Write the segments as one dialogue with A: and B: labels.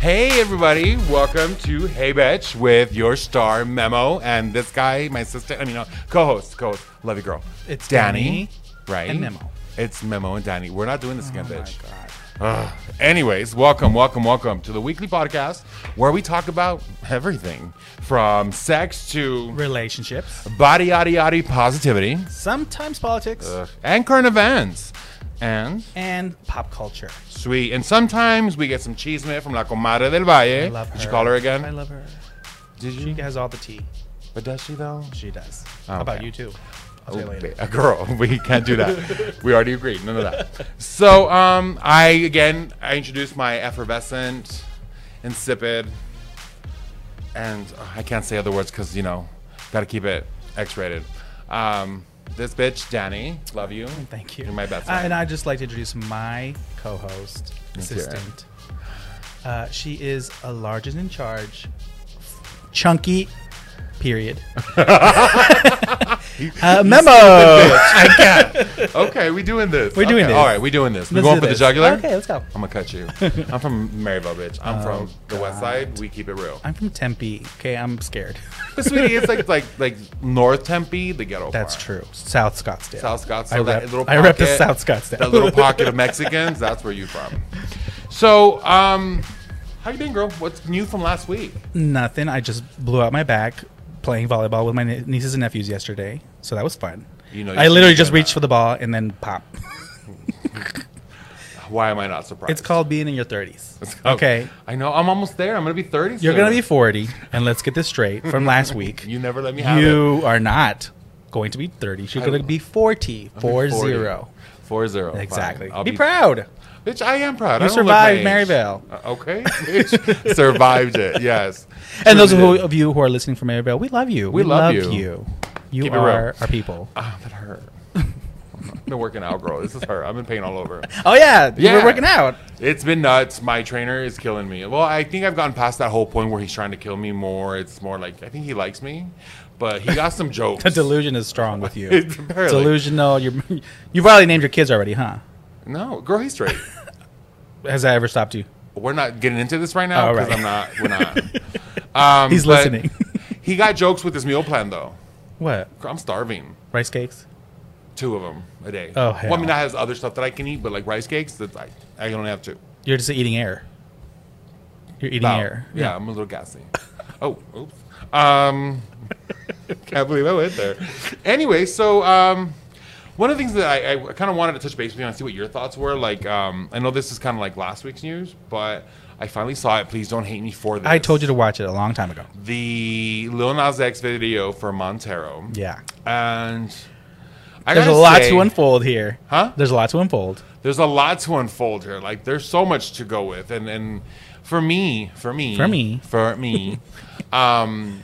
A: Hey, everybody. Welcome to Hey Bitch with your star memo and this guy, my sister, I mean, no, co host, co host. Love you, girl.
B: It's Danny
A: right?
B: and Memo. Oh
A: It's Memo and Danny. We're not doing this again, bitch.
B: God.
A: Ugh. Anyways, welcome, welcome, welcome to the weekly podcast where we talk about everything from sex to
B: Relationships.
A: body, yada, yada, positivity
B: Sometimes politics
A: and current events. And
B: and pop culture.
A: sweet. And sometimes we get some cheese from La Comadre del Valle.
B: I love her.
A: Did you call her again?
B: I love her.
A: Did you?
B: She has all the tea.
A: But does she though?
B: She does. How about
A: okay.
B: you too? I'll tell you later.
A: A girl. We can't do that. we already agreed. None of that. So um, I again I introduced my effervescent, insipid, and uh, I can't say other words because you know, gotta keep it X-rated. Um, this bitch, Danny, love you.
B: Thank you.
A: You're my best
B: Uh,
A: friend.
B: and I'd just like to introduce my co-host,
A: hear it.
B: assistant. Uh, she is a large and in charge, chunky, period. uh, memo.
A: I can't. Okay, we doing this.
B: We're doing
A: Okay,
B: this.
A: All right, we doing this. We
B: Let's
A: going
B: do
A: for
B: this.
A: the jugular.
B: Okay, let's go. Oh,
A: I'm gonna cut you. I'm from Maryville, bitch. I'm from the West Side. We keep it real.
B: I'm from Tempe. Okay, I'm scared.
A: But sweetie, it's like like like North Tempe, the ghetto.
B: That's
A: part.
B: true. South Scottsdale.
A: South Scottsdale.
B: I
A: that
B: rep-
A: little
B: I
A: pocket,
B: rep the South Scottsdale.
A: That little pocket of Mexicans. That's where you from. So, um, how you been, girl? What's new from last week?
B: Nothing. I just blew out my back playing volleyball with my nie- nieces and nephews yesterday, so that was fun.
A: You know, you
B: I literally
A: should've
B: just
A: done
B: reached
A: that.
B: for the ball and then pop.
A: Why am I not surprised?
B: It's called being in your thirties.
A: Oh,
B: Okay,
A: I know. I'm almost there. I'm gonna be 30.
B: you're
A: soon.
B: gonna be forty, and let's get this straight from last week.
A: You never let me have it.
B: You are not going to be thirty. You're gonna be 40. Four
A: 40.
B: zero.
A: Four zero. fine.
B: Exactly.
A: I'll
B: be, proud.
A: Bitch, I am proud.
B: You
A: I don't look
B: survived
A: my age.
B: Maryvale.
A: Uh, okay. Bitch, survived it. Yes.
B: And those
A: Truly
B: who,
A: did.
B: of you who are listening from Maryvale, we love you. We,
A: love you.
B: you. You
A: Keep it real.
B: are our people.
A: Ah, that hurt. I've been working out, girl. This is her. I've been pain all over.
B: Oh yeah, you
A: Yeah.
B: were working out.
A: It's been nuts. My trainer is killing me. Well, I think I've gotten past that whole point where he's trying to kill me more. It's more like I think he likes me, but he got some jokes.
B: The delusion is strong with you.
A: It's apparently-
B: Delusional. You're, you've already named your kids already, huh?
A: no, girl, he's straight.
B: Has that ever stopped you?
A: We're not getting into this right now
B: All
A: because
B: right.
A: I'm not. We're not. Um,
B: He's
A: but
B: listening.
A: He got jokes with his meal plan though.
B: What?
A: Girl, I'm starving.
B: Rice cakes?
A: Two of them a day.
B: Oh,
A: Well, I mean,
B: hell.
A: that has other stuff that I can eat, but like rice cakes, that's I I only have two.
B: You're just eating air. You're eating
A: Wow.
B: air.
A: Yeah, I'm a little gassy. oh, oops. Um, can't believe I went there. Anyway, so um, one of the things that I, I kind of wanted to touch base with you and see what your thoughts were. Like, um, I know this is kind of like last week's news, but I finally saw it. Please don't hate me for this.
B: I told you to watch it a long time ago.
A: the Lil Nas X video for Montero.
B: Yeah.
A: and I
B: There's a
A: gotta
B: lot
A: say,
B: to unfold here.
A: Huh?
B: There's a lot to unfold.
A: There's a lot to unfold here. Like, there's so much to go with, and and for me, for me,
B: For me.
A: for me, um,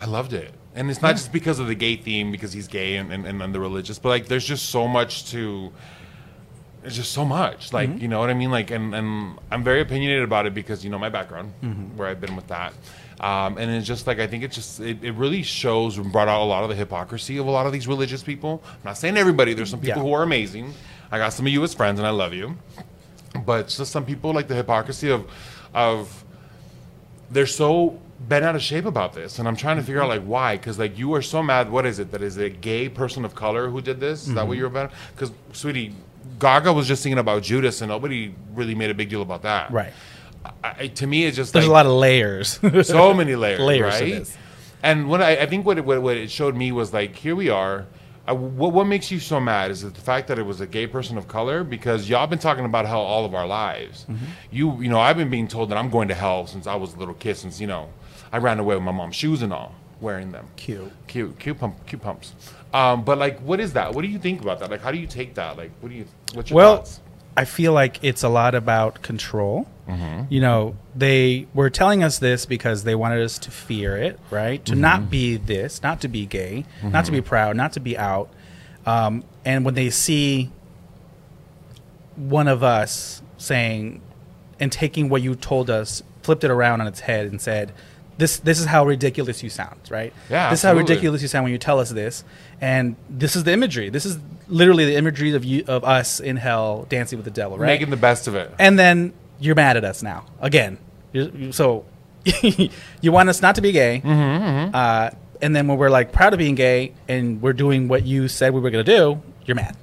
A: I loved it. And it's not just because of the gay theme, because he's gay and, and, and, and the religious, but like there's just so much to there's just so much. Like, you know what I mean? Like and, and I'm very opinionated about it because you know my background, where I've been with that. Um, and it's just like I think it just it, it really shows and brought out a lot of the hypocrisy of a lot of these religious people. I'm not saying everybody, there's some people
B: Yeah.
A: who are amazing. I got some of you as friends and I love you. But it's just some people like the hypocrisy of of they're so bent out of shape about this and i'm trying to figure out like why because like you are so mad what is it that is it a gay person of color who did this is that
B: Mm-hmm.
A: what you're about because sweetie gaga was just singing about judas and nobody really made a big deal about that
B: Right.
A: I, I- to me it's just
B: There's
A: like,
B: a lot of layers.
A: so many layers,
B: Layers to
A: right?
B: this.
A: And what I, I think what it, what, what it showed me was like, here we are. I, what, what makes you so mad is it the fact that it was a gay person of color because y'all been talking about hell all of our lives.
B: Mm-hmm.
A: You you know I've been being told that I'm going to hell since I was a little kid. Since you know I ran away with my mom's shoes and all, wearing them.
B: Cute.
A: cute, cute pump, cute pumps. Um, but like, what is that? What do you think about that? Like, how do you take that? Like, what do you? What's your
B: well,
A: thoughts?
B: I feel like it's a lot about control.
A: Mm-hmm.
B: You know, they were telling us this because they wanted us to fear it, right? To
A: Mm-hmm.
B: not be this, not to be gay, not to be proud, not to be out. Um, and when they see one of us saying and taking what you told us, flipped it around on its head and said, this, this is how ridiculous you sound, right?
A: Yeah,
B: This is how
A: absolutely.
B: ridiculous you sound when you tell us this. And this is the imagery. This is literally the imagery of you of us in hell dancing with the devil, right?
A: Making the best of it.
B: and then you're mad at us now again. You're- you- So you want us not to be gay,
A: Mm-hmm,
B: Uh, and then when we're like proud of being gay and we're doing what you said we were going to do, you're mad.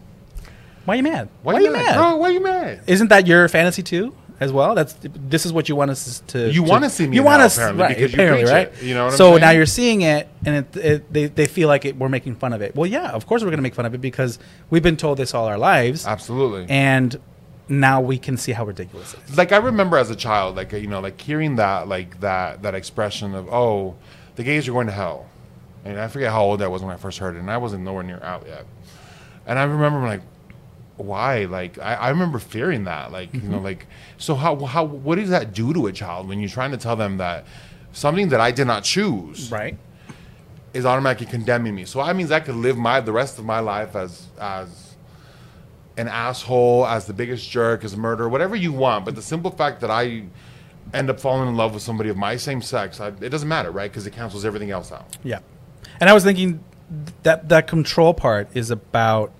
B: Why are you mad?
A: Why, you mad, bro? Why you mad?
B: Isn't that your fantasy too? As well, that's this is what you want us to.
A: You
B: to-
A: wanna see me
B: You
A: now,
B: want us
A: apparently,
B: right,
A: because you
B: apparently,
A: preach
B: right?
A: it. You know what I'm
B: so
A: saying?
B: now you're seeing it, and it, it, they they feel like it, we're making fun of it. Well, yeah, of course we're going to make fun of it because we've been told this all our lives,
A: Absolutely.
B: and now we can see how ridiculous it is.
A: like I remember as a child, like you know, like hearing that, like that, that expression of "Oh, the gays are going to hell," and I forget how old I was when I first heard it, and I wasn't nowhere near out yet. And I remember like, why? Like I, I remember fearing that, like you know, like so how how what does that do to a child when you're trying to tell them that something that I did not choose
B: Right.
A: is automatically condemning me. So that means I could live my the rest of my life as as an asshole, as the biggest jerk, as a murderer, whatever you want. But the simple fact that I end up falling in love with somebody of my same sex, I, it doesn't matter, right? Because it cancels everything else out.
B: Yeah. And I was thinking that that control part is about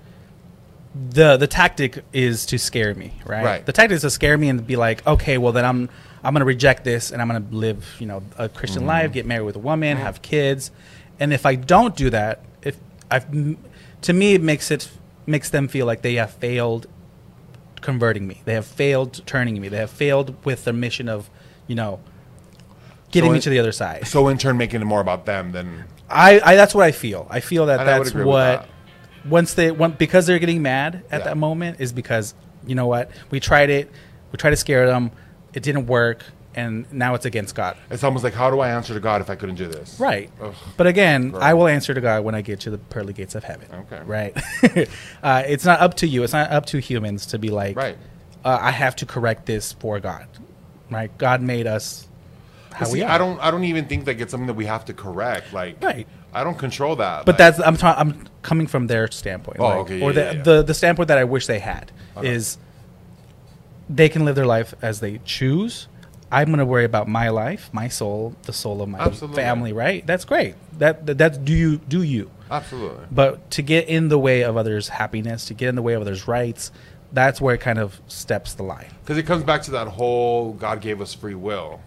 B: the the tactic is to scare me, right?
A: Right.
B: The tactic is to scare me and be like, okay, well then I'm I'm gonna reject this and I'm gonna live, you know, a Christian life, get married with a woman, have kids, and if I don't do that, if I've m- to me it makes it makes them feel like they have failed converting me, they have failed turning me, they have failed with their mission of, you know, getting me
A: it-
B: to the other side.
A: So in turn, making it more about them than
B: I, I that's what I feel. I feel that
A: And I would
B: that's
A: agree with
B: what
A: that.
B: once they when, because they're getting mad at
A: Yeah.
B: that moment is because you know what we tried it, we tried to scare them, it didn't work, and now it's against God.
A: it's almost like how do I answer to God if I couldn't do this?
B: Right.
A: Ugh.
B: But again,
A: Girl.
B: I will answer to God when I get to the pearly gates of heaven.
A: Okay.
B: Right. uh, it's not up to you. It's not up to humans to be like,
A: Right.
B: uh, I have to correct this for God. Right. God made us how
A: See,
B: we are.
A: I don't. I don't even think that it's something that we have to correct. Like,
B: Right.
A: I don't control that.
B: But
A: like-
B: that's I'm ta- I'm coming from their standpoint.
A: Oh,
B: like-
A: okay,
B: Or
A: yeah,
B: the,
A: yeah, Uh-huh. yeah.
B: the the standpoint that I wish they had is they can live their life as they choose. I'm going to worry about my life, my soul, the soul of my
A: Absolutely.
B: family. Right? That's great. That, that that's do you do you.
A: absolutely.
B: But to get in the way of others' happiness, to get in the way of others' rights, that's where it kind of steps the line.
A: Because it comes back to that whole God gave us free will.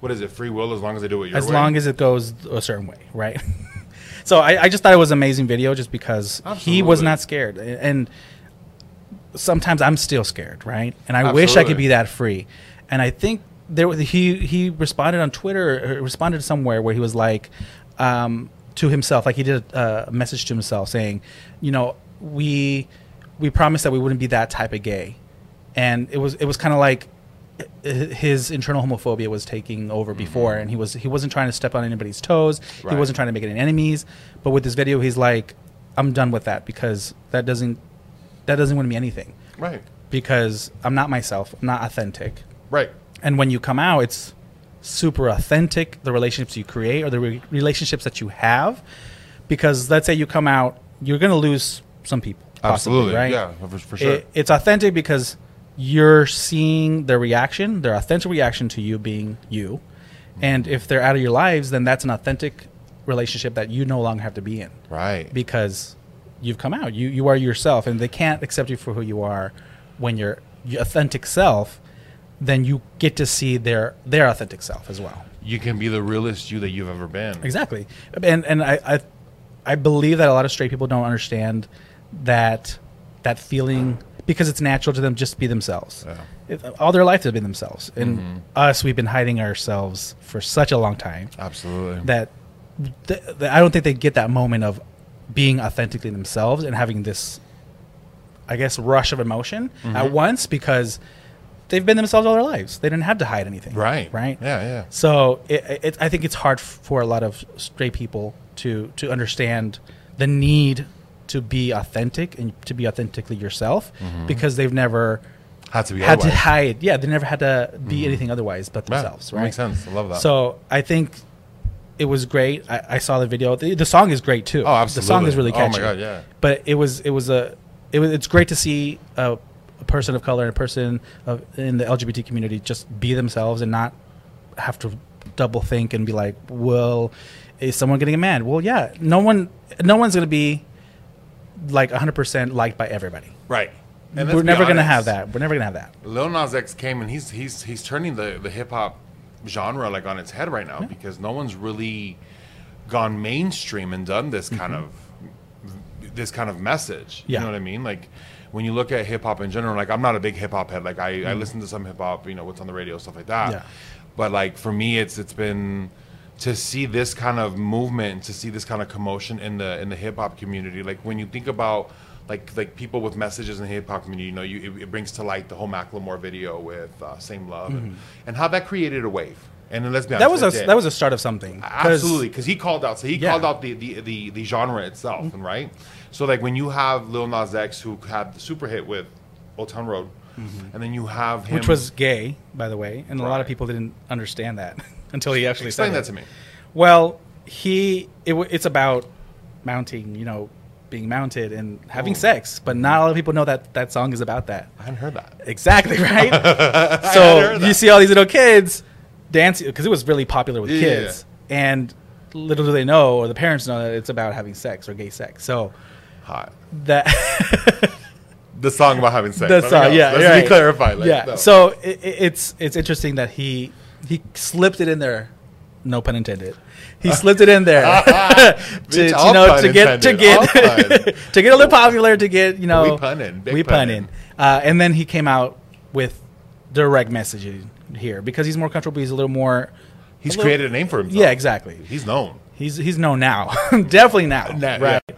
A: What is it? Free will as long as I do it your
B: Mm-hmm. as
A: way.
B: long as it goes a certain way, right? so I, I just thought it was an amazing video just because he was
A: Absolutely.
B: not scared. A- And sometimes I'm still scared, right? And I wish I could
A: Absolutely.
B: be that free. And I think there was, he he responded on Twitter or responded somewhere where he was like um, to himself, like he did a, a message to himself saying, you know, we we promised that we wouldn't be that type of gay, and it was it was kind of like h- his internal homophobia was taking over before and he was he wasn't trying to step on anybody's toes he
A: Right.
B: wasn't trying to make any enemies but with this video he's like i'm done with that because that doesn't that doesn't win me anything
A: right,
B: because I'm not myself, I'm not authentic.
A: right,
B: And when you come out, it's super authentic the relationships you create or the re- relationships that you have. Because let's say you come out, you're going to lose some people. possibly,
A: absolutely,
B: right?
A: yeah, for, for sure.
B: It- it's authentic because you're seeing their reaction, their authentic reaction to you being you. And if they're out of your lives, then that's an authentic relationship that you no longer have to be in
A: right,
B: because you've come out. You you are yourself, and they can't accept you for who you are when you're your authentic self. Then you get to see their their authentic self as well.
A: you can be the realest you that you've ever been.
B: Exactly, and and I I, I believe that a lot of straight people don't understand that that feeling because it's natural to them just to be themselves. It- all their life they've been themselves, and us we've been hiding ourselves for such a long time
A: Absolutely,
B: that, th- that I don't think they get that moment of being authentically themselves and having this, I guess, rush of emotion
A: Mm-hmm.
B: at once because they've been themselves all their lives. They didn't have to hide anything.
A: right,
B: Right.
A: yeah, yeah.
B: So it, it, I think it's hard for a lot of straight people to to understand the need to be authentic and to be authentically yourself because they've never
A: Had to Mm-hmm. be
B: had to
A: otherwise. Mm-hmm.
B: hide. Yeah, they never had to be anything otherwise but
A: Yeah,
B: themselves.
A: that
B: Right.
A: Makes sense. I love that.
B: So I think it was great. I, I saw the video. The, the song is great too.
A: Oh, absolutely.
B: The song is really
A: Oh my
B: catchy.
A: God, yeah.
B: But it was it was a it was, it's great to see a, a person of color and a person of, in the LGBT community just be themselves and not have to double think and be like, well, is someone getting mad? Well, yeah. No one no one's gonna be like 100% liked by everybody.
A: right, let's
B: We're
A: be
B: never gonna
A: honest,
B: have that. We're never gonna have that.
A: Lil Nas X came and he's he's he's turning the the hip hop genre like on its head right now because no one's really gone mainstream and done this kind of this kind of message.
B: Mm-hmm. Yeah.
A: You know what I mean? Like when you look at hip hop in general, like I'm not a big hip hop head. Like I, I listen to some hip hop, you know, what's on the radio, stuff like that.
B: Mm. Yeah.
A: But like for me it's it's been to see this kind of movement, to see this kind of commotion in the in the hip hop community, like when you think about like like people with messages in the hip hop community, you know, you, it, it brings to light the whole Macklemore video with uh, "Same Love" and, and how that created a wave. And then let's be
B: Mm-hmm. That
A: honest,
B: was a
A: it did.
B: that was a start of something. 'Cause-
A: Absolutely, because he called out. So he
B: Yeah. Mm-hmm.
A: called out the the, the, the genre itself, and right. So like when you have Lil Nas X who had the super hit with Old Town Road, and then you have him,
B: Mm-hmm. which was gay, by the way, and a lot of
A: Right.
B: people didn't understand that until he actually
A: explain
B: said
A: that to
B: it.
A: me.
B: Well, he it, w- it's about mounting, you know, being mounted and having sex, but not a lot of people know that that song is about that.
A: I hadn't heard that.
B: Exactly right.
A: hadn't
B: so
A: heard
B: you
A: that.
B: see all these little kids dancing because it was really popular with
A: Yeah, yeah,
B: kids, and little do they know, or the parents know that it's about having sex or gay sex. So
A: Hot.
B: that.
A: The song about having sex.
B: That's
A: nothing
B: all.
A: else.
B: Yeah,
A: Let's
B: right.
A: be clarified. Like,
B: yeah.
A: no.
B: So i i it's it's interesting that he he slipped it in there. No pun intended. He slipped it in there to,
A: Bitch,
B: you
A: all
B: know
A: pun
B: to get to
A: intended,
B: get
A: all pun.
B: to get a little popular to get you know
A: We punning, big
B: we
A: punning.
B: punning. Uh, and then he came out with direct messaging here because he's more comfortable. He's a little more.
A: he's
B: a little-
A: created a name for himself.
B: Yeah, exactly.
A: He's known.
B: He's he's known now, definitely now.
A: Now,
B: right.
A: yeah.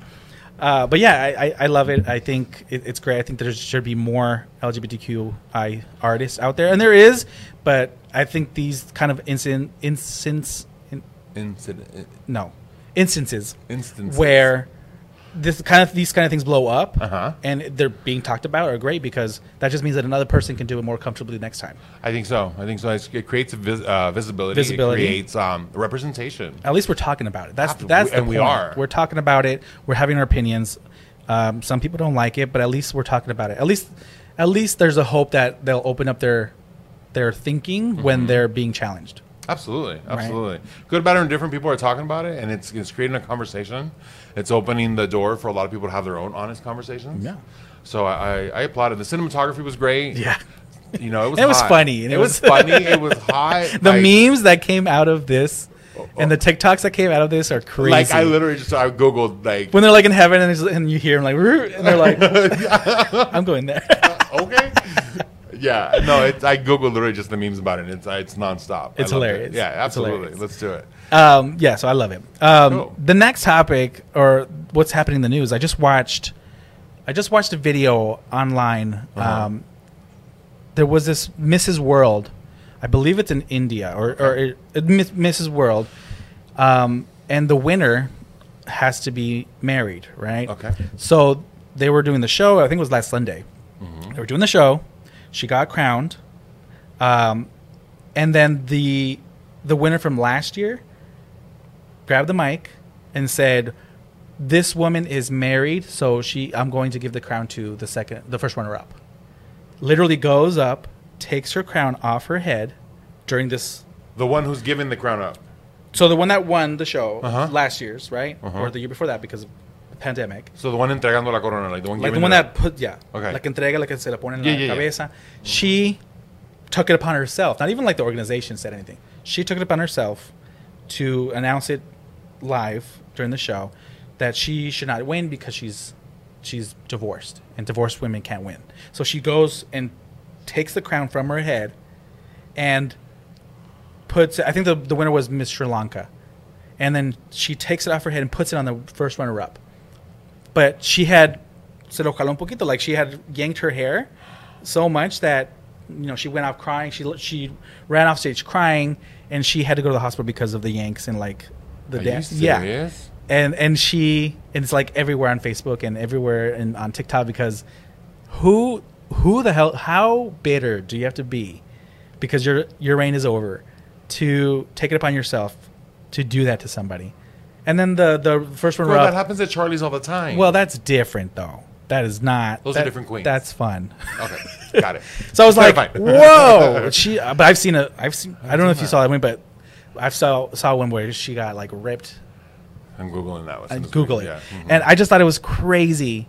B: Uh, but yeah, I, I, I love it. I think it, it's great. I think there should be more LGBTQI artists out there, and there is. But I think these kind of incident instance in,
A: Incident.
B: no instances
A: Instances.
B: where this kind of these kind of things blow up,
A: Uh-huh.
B: and they're being talked about are great because that just means that another person can do it more comfortably next time.
A: I think so. I think so. It's- It creates a vis- uh, visibility.
B: Visibility.
A: It creates um, representation.
B: at least we're talking about it. That's
A: Absolutely.
B: that's the
A: And we
B: point.
A: are.
B: We're talking about it. We're having our opinions. Um, some people don't like it, but at least we're talking about it. At least, at least there's a hope that they'll open up their their thinking
A: Mm-hmm.
B: when they're being challenged.
A: Absolutely, absolutely. Good, better, and different people are talking about it, and it's it's creating a conversation. It's opening the door for a lot of people to have their own honest conversations.
B: Yeah.
A: So I, I, I applauded. The cinematography was great.
B: Yeah.
A: You know, it was
B: It was
A: hot.
B: funny, and
A: It
B: it
A: was
B: was-
A: funny. It was hot.
B: The
A: like-
B: memes that came out of this and the TikToks that came out of this are crazy.
A: Like I literally just I googled like
B: when they're like in heaven and, it's, and you hear them like "Roo," and they're like, I'm going there.
A: okay. Yeah, no, it's, I googled literally just the memes about it. and It's it's nonstop. I loved
B: It's
A: it.
B: hilarious.
A: Yeah,
B: It's
A: absolutely.
B: hilarious.
A: Let's do it.
B: Um, yeah, so I love it. Um,
A: Cool.
B: The next topic, or what's happening in the news, I just watched. I just watched a video online. Um, there was this Mrs. World, I believe it's in India or, or it, it- Miss- Mrs. World, um, and the winner has to be married, right?
A: Okay.
B: So they were doing the show. I think it was last Sunday. They were doing the show. She got crowned, um, and then the the winner from last year grabbed the mic and said, "This woman is married, so she I'm going to give the crown to the second the first runner up." Literally goes up, takes her crown off her head during this
A: The one who's giving the crown up.
B: so the one that won the show
A: Uh-huh.
B: last year's, right?
A: Uh-huh.
B: Or the year before that because of the pandemic.
A: So the one entregando la corona, like the one
B: Like the
A: giving
B: one
A: it up.
B: that put yeah.
A: Okay.
B: Like entrega la que se la pone en
A: Yeah,
B: la
A: yeah, yeah.
B: cabeza. She took it upon herself. Not even like the organization said anything. She took it upon herself to announce it live during the show that she should not win because she's she's divorced and divorced women can't win. So she goes and takes the crown from her head and puts I think the, the winner was Miss Sri Lanka. And then she takes it off her head and puts it on the first runner up. But she had se lo jaló un poquito, like she had yanked her hair so much that you know she went off crying. She she ran off stage crying and she had to go to the hospital because of the yanks and like the
A: Are you
B: dance. Yeah.
A: serious?
B: And and she and it's like everywhere on Facebook and everywhere and on TikTok because who who the hell how bitter do you have to be because your your reign is over to take it upon yourself to do that to somebody and then the the first one
A: Bro,
B: up,
A: that happens at Charlie's all the time.
B: well that's different though that is not
A: Those are
B: that-
A: different queens.
B: that's fun
A: okay, got it.
B: so I was like
A: Terrifying.
B: whoa she uh, but I've seen a I've seen I don't know if you saw that one but I saw saw one where she got like ripped
A: I'm googling that. as soon
B: and
A: as we-
B: Google it
A: yeah, mhm.
B: and I just thought it was crazy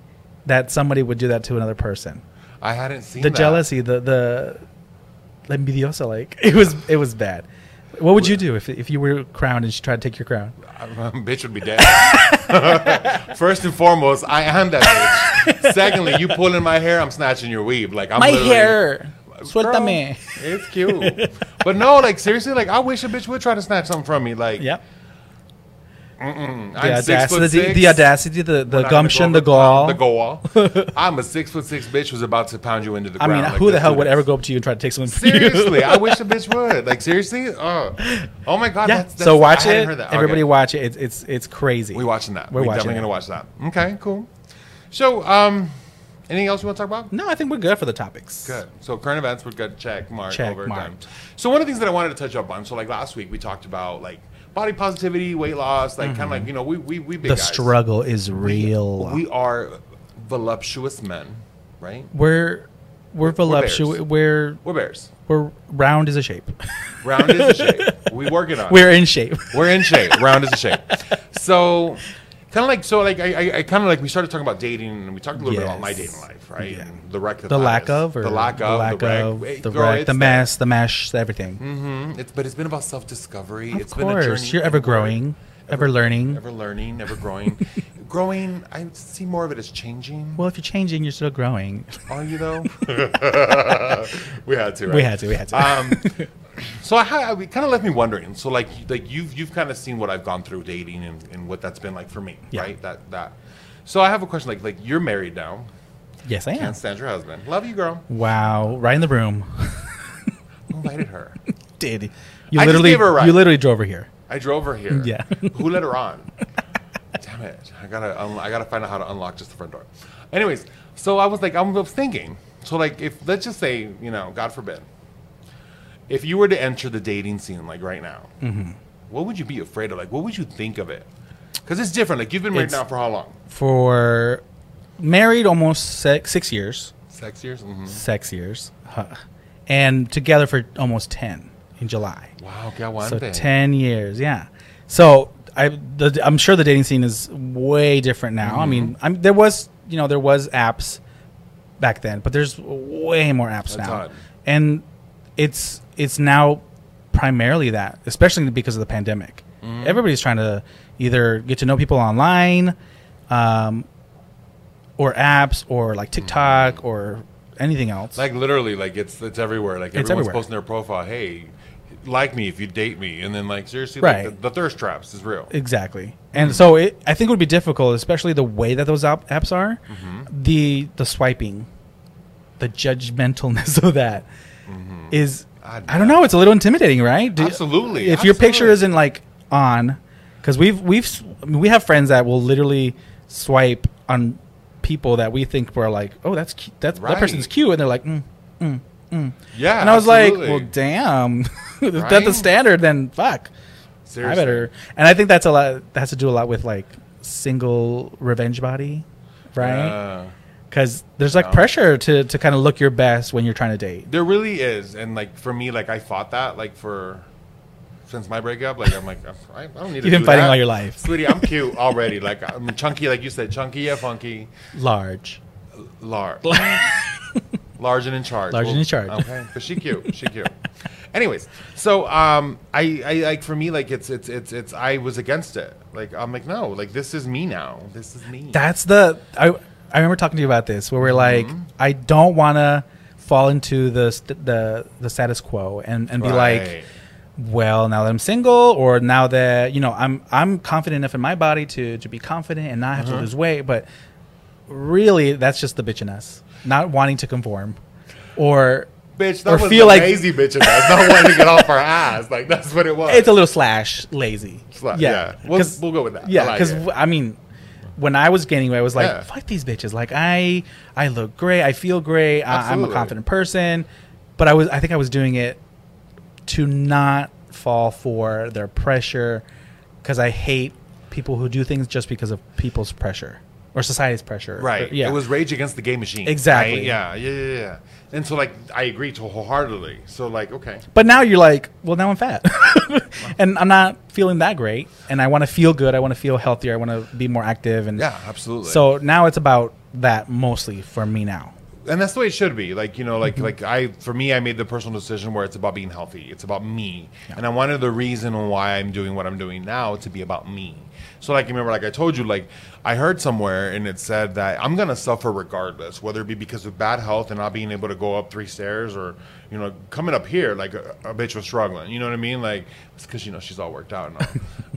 B: that somebody would do that to another person
A: I hadn't seen
B: the
A: that.
B: jealousy, the the la envidiosa, like it was it was bad. What would you do if, if you were crowned and she tried to take your crown?
A: bitch would be dead. First and foremost, I am that bitch. Secondly, you pulling my hair, I'm snatching your weave. Like I'm literally-
B: Suéltame.
A: Girl, It's cute. but no, like seriously, like I wish a bitch would try to snatch something from me. Like
B: Yep.
A: I'm
B: The
A: six foot
B: audacity, the,
A: six.
B: the audacity, the, the
A: We're not gonna
B: gumption,
A: go
B: the gall.
A: over- The gall. I'm a six foot six bitch who's about to pound you into the
B: I
A: ground.
B: mean,
A: Like,
B: who the
A: let's
B: hell
A: do
B: would
A: this.
B: ever go up to you and try to take something from you?
A: Seriously, I wish a bitch would. Like seriously, oh, oh my god.
B: yeah.
A: That's, that's,
B: so
A: I
B: watch
A: hadn't
B: it.
A: heard that.
B: Everybody
A: Okay.
B: watch it. It's it's it's crazy.
A: We watching that.
B: We're
A: We're,
B: watching
A: definitely
B: it.
A: gonna watch that. Okay, cool. So, um, anything else you want to talk about?
B: No, I think we're good for the topics.
A: Good. So current events would get check mark
B: Check
A: over
B: marked.
A: done. So one of the things that I wanted to touch up on. So like last week we talked about like body positivity, weight loss, like kind of like you know we we we big
B: Mm-hmm. The
A: guys.
B: struggle is real.
A: We are voluptuous men, right?
B: we're we're voluptuous.
A: bears.
B: We're
A: We're bears.
B: we're round as a shape.
A: Round is a shape. We working on. it.
B: we're in shape.
A: We're in shape. Round is a shape. So, kind of like so, like I, I, I kind of like we started talking about dating, and we talked a little bit about my
B: Yes.
A: dating life, right?
B: Yeah.
A: And the wreck, that
B: The
A: that
B: lack
A: is.
B: of, or
A: the lack of,
B: lack
A: the wreck,
B: of,
A: It-
B: the
A: girl,
B: wreck,
A: it's
B: the
A: that.
B: mess, the mash, everything.
A: Mhm. It's but it's been about self discovery.
B: Of
A: It's been a journey.
B: course, you're ever
A: inward,
B: growing, ever, learning.
A: ever learning, ever growing. growing, I see more of it as changing.
B: well, if you're changing, you're still growing.
A: Are you though? we had to. Right?
B: We had to. We had
A: Um,
B: to.
A: so I, ha- it kind of left me wondering. So like, like you've you've kind of seen what I've gone through dating and, and what that's been like for me,
B: Yeah.
A: right? That that. So I have a question. Like like you're married now.
B: yes, I am.
A: Can't stand your husband. Love you, girl.
B: Wow, right in the room.
A: Who invited her?
B: Did you
A: I just
B: literally?
A: gave her a ride.
B: You literally drove her here.
A: I drove her here.
B: Yeah.
A: Who let her on? Damn it! I gotta un- I gotta find out how to unlock just the front door. Anyways, so I was like, I'm thinking. So like, if let's just say, you know, God forbid, if you were to enter the dating scene like right now,
B: Mm-hmm.
A: what would you be afraid of? Like, what would you think of it? Because it's different. Like, you've been married
B: It's-
A: now for how long?
B: for married almost six, six years,
A: Six years. hmm
B: six years, huh. and together for almost ten in July.
A: Wow, que aguante.
B: So ten years, yeah. So I, the, I'm sure the dating scene is way different now. I mean,
A: Mm-hmm.
B: I'm, there was, you know, there was apps back then, but there's way more apps
A: A
B: now,
A: ton.
B: and it's it's now primarily that, especially because of the pandemic.
A: Mm-hmm.
B: Everybody's trying to either get to know people online, um, or apps, or like TikTok, or anything else.
A: Mm-hmm. Like literally, like it's it's everywhere. Like everyone's
B: everywhere.
A: posting their profile. Hey, like me if you date me, and then like seriously,
B: Right.
A: like, the, the thirst traps is real.
B: Exactly. And so it, I think it would be difficult, especially the way that those op- apps are,
A: Mm-hmm.
B: the the swiping, the judgmentalness of that is-
A: Mm-hmm. I-
B: I don't know. It's a little intimidating, right? Do-
A: Absolutely,
B: If your picture
A: absolutely.
B: isn't like on, because we've we've s- I mean, we have friends that will literally swipe on people that we think were like, oh, that's cu- that's that
A: Right.
B: person's cute, and they're like, mm.
A: Yeah,
B: and I was
A: absolutely.
B: like, well, damn, if that's the
A: Right?
B: standard, then fuck.
A: Seriously.
B: I better. And I think that's a lot. That has to do a lot with like single revenge body, right?
A: Uh,
B: Because there's like
A: No.
B: pressure to to kind of look your best when you're trying to date.
A: there really is, and like for me, like I fought that, like for since my breakup, like I'm like I, I don't need. to
B: You've been
A: do
B: fighting
A: that.
B: all your life.
A: sweetie. I'm cute already. Like I'm chunky, like you said, chunky, yeah, funky,
B: Large.
A: large, large and in charge,
B: Large and in charge.
A: Okay, but she cute, she cute. Anyways, so um, I, I like for me, like it's it's it's it's I was against it. Like I'm like no, like this is me now. This is me.
B: That's the I. I remember talking to you about this, where we're like,
A: Mm-hmm.
B: I don't want to fall into the st- the the status quo and and be
A: Right.
B: like, well, now that I'm single, or now that you know I'm I'm confident enough in my body to to be confident and not have
A: Uh-huh.
B: to lose weight, but really, that's just the bitch in us not wanting to conform, or
A: Bitch,
B: or
A: that was
B: feel
A: the
B: like-
A: lazy bitch in us not wanting to get off our ass. Like that's what it was.
B: it's a little slash lazy.
A: Sla- yeah. We'll-
B: 'Cause-
A: we'll go with that. I
B: Yeah,
A: like
B: because
A: it.
B: I mean, when I was gaining weight, I was like,
A: Yeah.
B: "Fuck these bitches!" Like I, I look great. I feel great. I, I'm a
A: Absolutely.
B: confident person. But I was, I think I was doing it to not fall for their pressure, because I hate people who do things just because of people's pressure or society's pressure.
A: Right.
B: Or- yeah.
A: It was rage against the gay machine.
B: Exactly.
A: right? Yeah, yeah, yeah, yeah. And so like I agree to wholeheartedly. So like okay.
B: But now you're like, well, now I'm fat, and I'm not feeling that great, and I want to feel good. I want to feel healthier. I want to be more active, and
A: Yeah, absolutely.
B: So now it's about that mostly for me now.
A: and that's the way it should be. Like you know, like like I for me, I made the personal decision where it's about being healthy. It's about me, and I wanted the reason why I'm doing what I'm doing now to be about me. So like, remember, like I told you, like I heard somewhere, and it said that I'm gonna suffer regardless, whether it be because of bad health and not being able to go up three stairs, or you know, coming up here like a, a bitch was struggling. You know what I mean? Like it's because you know she's all worked out, and all.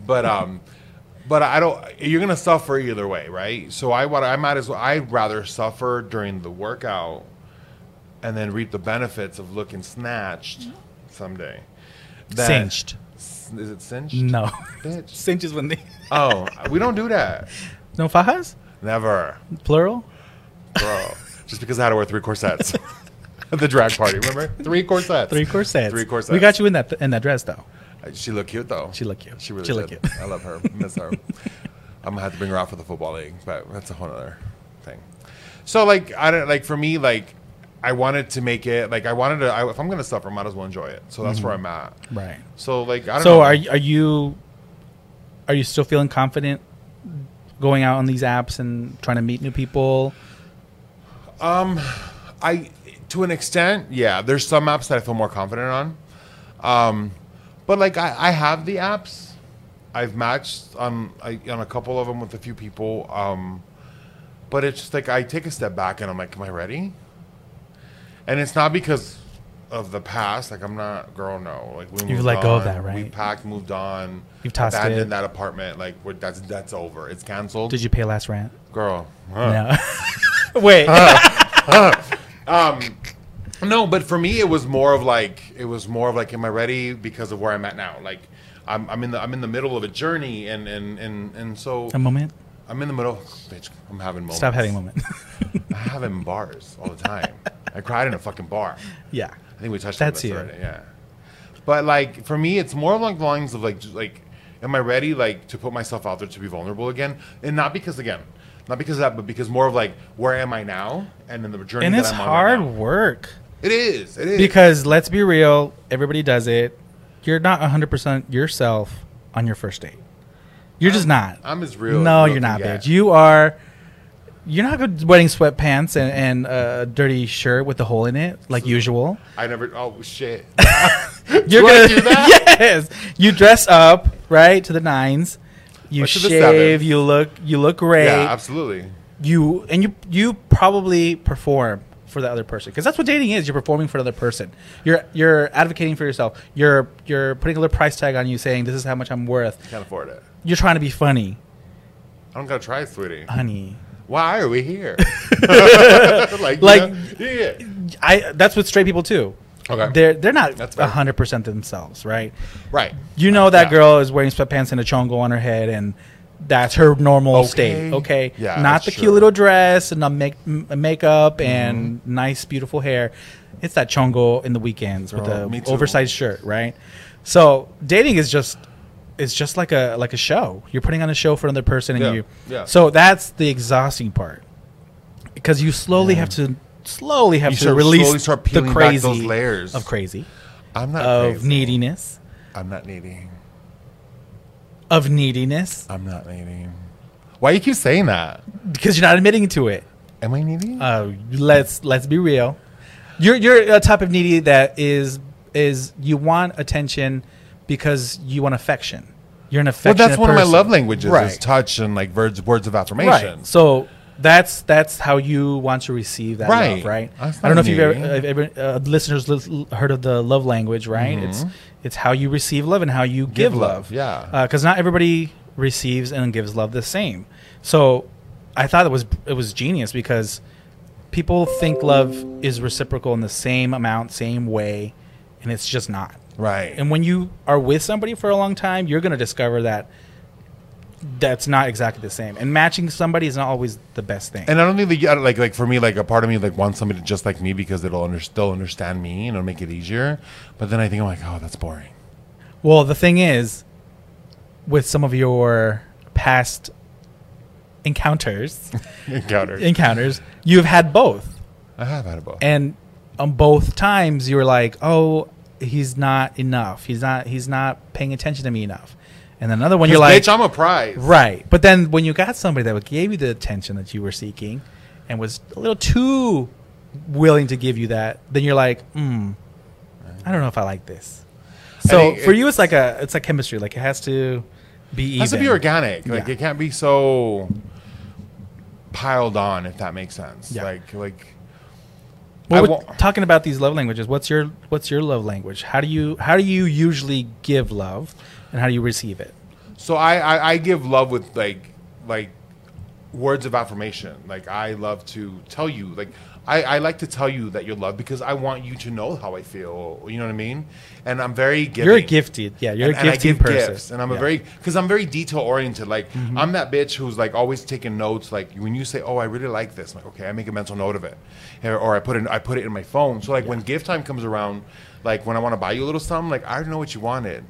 A: but um. But I don't. You're gonna suffer either way, right? So I want. I might as well. I'd rather suffer during the workout, and then reap the benefits of looking snatched someday. than-
B: Cinched.
A: S- Is it cinched?
B: No.
A: Bitch.
B: Cinch is when they.
A: Oh, we don't do that.
B: No fajas?
A: Never,
B: Plural?
A: bro. Just because I had to wear three corsets at the drag party. Remember, three corsets.
B: Three corsets.
A: Three corsets.
B: We got you in that in that dress though.
A: She looked cute though.
B: She looked cute.
A: She really
B: She
A: did.
B: looked cute.
A: I love her. Miss her. I'm gonna have to bring her out for the football league, but that's a whole other thing. So like I don't like for me like I wanted to make it like I wanted to I, if I'm gonna suffer, I might as well enjoy it. So that's where I'm at.
B: Right.
A: So like I don't
B: Mm-hmm. So
A: know.
B: are y- are you are you still feeling confident going out on these apps and trying to meet new people?
A: I to an extent, yeah. There's some apps that I feel more confident on, um, but like I, I have the apps. I've matched on I, on a couple of them with a few people, um, but it's just like I take a step back and I'm like, am I ready? And it's not because of the past. Like I'm not, girl. No, like we moved
B: let go of
A: on,
B: that, right?
A: We packed, moved on.
B: You've tossed
A: abandoned
B: it.
A: that apartment. Like we're, that's that's over. It's canceled.
B: Did you pay last rent?
A: girl? huh.
B: No. Wait.
A: No, but for me, it was more of like it was more of like, am I ready because of where I'm at now? Like, I'm, I'm in the I'm in the middle of a journey, and and and and so
B: A moment.
A: I'm in the middle. Bitch, I'm having moments.
B: Stop having a moment.
A: I have them in bars all the time. I cried in a fucking bar.
B: yeah.
A: I think we touched
B: That's
A: on
B: you.
A: this already. Yeah, but like for me, it's more along the lines of like just, like, am I ready like to put myself out there to be vulnerable again? And not because again, not because of that, but because more of like where am I now and in the journey.
B: And
A: that
B: it's
A: I'm
B: hard
A: On right now.
B: work
A: It is. It is
B: because let's be real, everybody does it. You're not 100% yourself on your first date. You're just not.
A: I'm as real. as
B: No,
A: real
B: you're
A: can
B: not,
A: get.
B: bitch. You are. You're not good wearing sweatpants and, and a dirty shirt with a hole in it, like usual.
A: I never. Oh shit.
B: You're
A: Do I
B: gonna
A: do that?
B: yes. You dress up right to the nines. You
A: Or to the
B: shave.
A: sevens.
B: You look. You look great.
A: Yeah, absolutely.
B: you and you you probably perform for the other person because that's what dating is. You're performing for another person. You're you're advocating for yourself. You're you're putting a little price tag on you, saying this is how much I'm worth.
A: Can't afford it.
B: You're trying to be funny,
A: I don't gotta try, it, sweetie.
B: honey.
A: Why are we here? like,
B: Like-
A: like, yeah. yeah.
B: I that's what straight people do.
A: Okay.
B: They're they're not
A: That's fair.
B: hundred percent themselves, right?
A: right.
B: You know that
A: Yeah.
B: girl is wearing sweatpants and a chongo on her head, and that's her normal
A: Okay.
B: state. Okay,
A: Yeah, that's
B: not the
A: true. Mm-hmm.
B: cute little dress and the make m- makeup and nice beautiful hair. It's that chongo in the weekends with
A: Girl, Oh, me
B: the
A: too.
B: oversized shirt, right? So dating is just it's just like a like a show. You're putting on a show for another person, and
A: Yeah,
B: you.
A: yeah.
B: So that's the exhausting part because you slowly have to slowly have
A: You
B: to
A: start-
B: release
A: slowly start
B: the
A: peeling back
B: crazy
A: those layers.
B: of crazy
A: I'm not
B: of
A: crazy.
B: neediness
A: I'm not needy.
B: of neediness
A: I'm not needy. Why you keep saying that?
B: because you're not admitting to it.
A: Am I needy?
B: Uh, let's let's be real. You're you're a type of needy that is is you want attention because you want affection. You're an
A: well,
B: affectionate.
A: that's one of my
B: person.
A: love languages is
B: Right.
A: touch and like words, words of affirmation.
B: Right. So that's that's how you want to receive that
A: Right.
B: love, right?
A: That's
B: I don't know
A: not
B: if you've ever,
A: needy.
B: if ever uh, listeners li- heard of the love language, right? It's it's how you receive love and how you give,
A: Mm-hmm. love,
B: love.
A: yeah.
B: Because not everybody receives and gives love the same. So I thought it was it was genius because people think love is reciprocal in the same amount, same way, and it's just not.
A: Right.
B: And when you are with somebody for a long time, you're going to discover that that's not exactly the same. And matching somebody is not always the best thing.
A: And I don't think that yeah, like like for me like a part of me like wants somebody to just like me because it'll under, they'll understand me and it'll make it easier. But then I think I'm like, oh, that's boring.
B: well, the thing is, with some of your past encounters,
A: Encounter.
B: encounters, you've had both.
A: I have had a book.
B: And on both times you were like, "Oh, he's not enough. He's not he's not paying attention to me enough." And then another one you're like,
A: bitch, I'm a prize.
B: Right. But then when you got somebody that gave you the attention that you were seeking and was a little too willing to give you that, then you're like, hmm, I don't know if I like this. So
A: think
B: for you, it's like a it's like chemistry. Like it has to be even.
A: It has to be organic. Like
B: Yeah.
A: it can't be so piled on, if that makes sense.
B: Yeah.
A: Like like
B: What
A: I
B: would-
A: won't-
B: talking about these love languages, what's your what's your love language? How do you how do you usually give love, and how do you receive it?
A: so I, I I give love with like like words of affirmation. Like I love to tell you like I, I like to tell you that you're loved because I want you to know how I feel. You know what I mean? And I'm very giving.
B: You're a gifted, yeah. You're
A: and,
B: a
A: and I
B: gifted
A: give
B: person,
A: gifts, and I'm a
B: Yeah. Mm-hmm.
A: very because I'm very detail oriented. Like I'm that bitch who's like always taking notes. Like when you say, "Oh, I really like this," I'm like okay, I make a mental note of it, or, or I put it I put it in my phone. So like when gift time comes around, like when I want to buy you a little something, like I already know what you wanted.